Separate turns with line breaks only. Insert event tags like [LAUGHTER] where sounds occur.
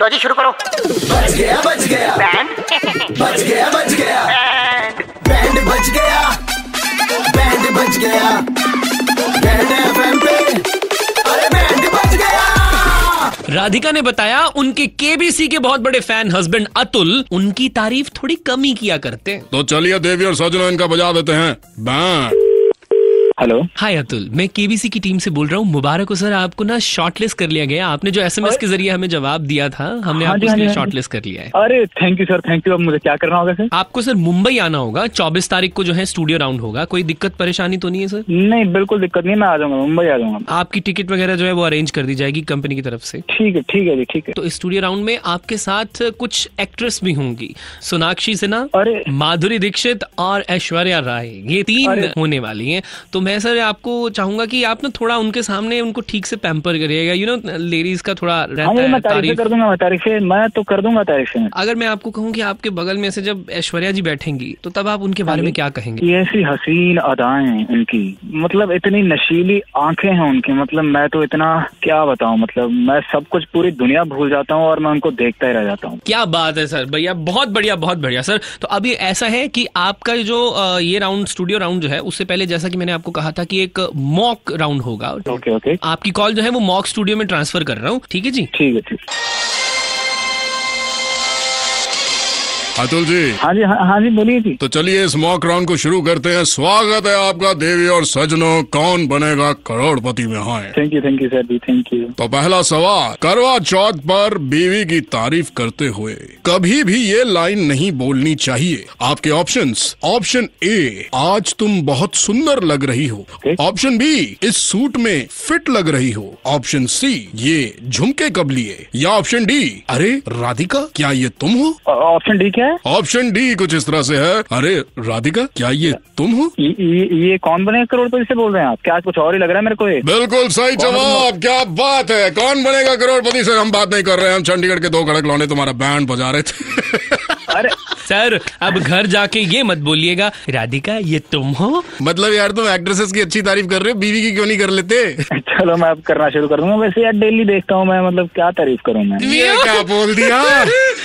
लो जी शुरू करो
बच गया बच गया
बैंड
बच गया बच गया
[LAUGHS]
बैंड बच गया बैंड बच गया बैंड एफएम पे अरे बैंड बच गया
राधिका ने बताया उनके केबीसी के बहुत बड़े फैन हस्बैंड अतुल उनकी तारीफ थोड़ी कम ही किया करते हैं
तो चलिए देवी और सजना इनका बजा देते हैं बैंड
हेलो
हाय अतुल मैं केबीसी की टीम से बोल रहा हूँ मुबारक हो सर आपको ना शॉर्टलिस्ट कर लिया गया आपने जो एसएमएस के जरिए हमें जवाब दिया था हमने
हाँ
आपको
जी, हाँ जी,
इसलिए
हाँ जी।
शॉर्टलिस्ट कर लिया है
अरे thank you sir thank you अब मुझे क्या करना होगा सर
आपको सर मुंबई आना होगा 24 तारीख को जो है स्टूडियो राउंड होगा कोई दिक्कत परेशानी तो नहीं है सर
नहीं बिल्कुल दिक्कत नहीं मैं आ जाऊंगा मुंबई आ जाऊंगा
आपकी टिकट वगैरह जो है वो अरेंज कर दी जाएगी कंपनी की तरफ से
ठीक है ठीक है जी ठीक है
तो इस स्टूडियो राउंड में आपके साथ कुछ एक्ट्रेस भी होंगी सोनाक्षी सिन्हा
अरे।
माधुरी दीक्षित और ऐश्वर्या राय ये तीन
अरे।
होने वाली हैं तो मैं सर आपको चाहूंगा कि आप ना थोड़ा उनके सामने उनको ठीक से पैम्पर करिएगा यू नो लेडीज का थोड़ा
हाँ
रहता
जी
है
मैं तारीफें
तारीफ हाँ
कर दूंगा मैं तारीफें मैं तो कर दूंगा तारीफें
अगर मैं आपको कहूँ कि आपके बगल में से जब ऐश्वर्या जी बैठेंगी तो तब आप उनके
हाँ।
बारे में क्या कहेंगे
ये ऐसी हसीन अदाएं उनकी मतलब इतनी नशीली आंखें हैं उनकी मतलब मैं तो इतना क्या बताऊं मतलब मैं सब कुछ पूरी दुनिया भूल जाता हूं और मैं उनको देखता ही रह जाता हूं
क्या बात है सर भैया बहुत बढ़िया बहुत बढ़िया सर तो अभी ऐसा है कि आपका जो अ, ये राउंड स्टूडियो राउंड जो है उससे पहले जैसा कि मैंने आपको कहा था कि एक मॉक राउंड होगा
ओके ओके
आपकी कॉल जो है वो मॉक स्टूडियो में ट्रांसफर कर रहा हूँ ठीक है जी
ठीक है ठीक
अतुल जी
हाँ जी हाँ हाँ जी बोलिए जी
तो चलिए इस मॉक राउंड को शुरू करते हैं स्वागत है आपका देवी और सजनों कौन बनेगा करोड़पति में हाँ, hi
thank you thank you sir जी थैंक यू
तो पहला सवाल करवा चौथ पर बीवी की तारीफ करते हुए कभी भी ये लाइन नहीं बोलनी चाहिए आपके ऑप्शंस ऑप्शन ए आज तुम बहुत सुंदर लग रही हो
Okay.
ऑप्शन बी इस सूट में फिट लग रही हो ऑप्शन सी ये झुमके कब लिए या ऑप्शन डी अरे राधिका क्या ये तुम हो
ऑप्शन डी क्या है
ऑप्शन डी कुछ इस तरह से है अरे राधिका क्या ये तुम हो
ये, ये, ये कौन बने करोड़पति से बोल रहे हैं आप क्या कुछ और ही लग रहा है मेरे को ये
बिल्कुल सही जवाब क्या बात है कौन बनेगा करोड़पति से हम बात नहीं कर रहे हैं हम चंडीगढ़ के दो कड़क लौंडे तुम्हारा बैंड बजा रहे थे [LAUGHS]
अरे
सर अब घर जाके ये मत बोलिएगा राधिका ये तुम हो
मतलब यार तुम एक्ट्रेसेस की अच्छी तारीफ कर रहे हो बीवी की क्यों नहीं कर लेते
चलो मैं अब करना शुरू कर दूंगा वैसे यार डेली देखता हूँ मैं मतलब क्या तारीफ करूँ मैं
ये क्या बोल दिया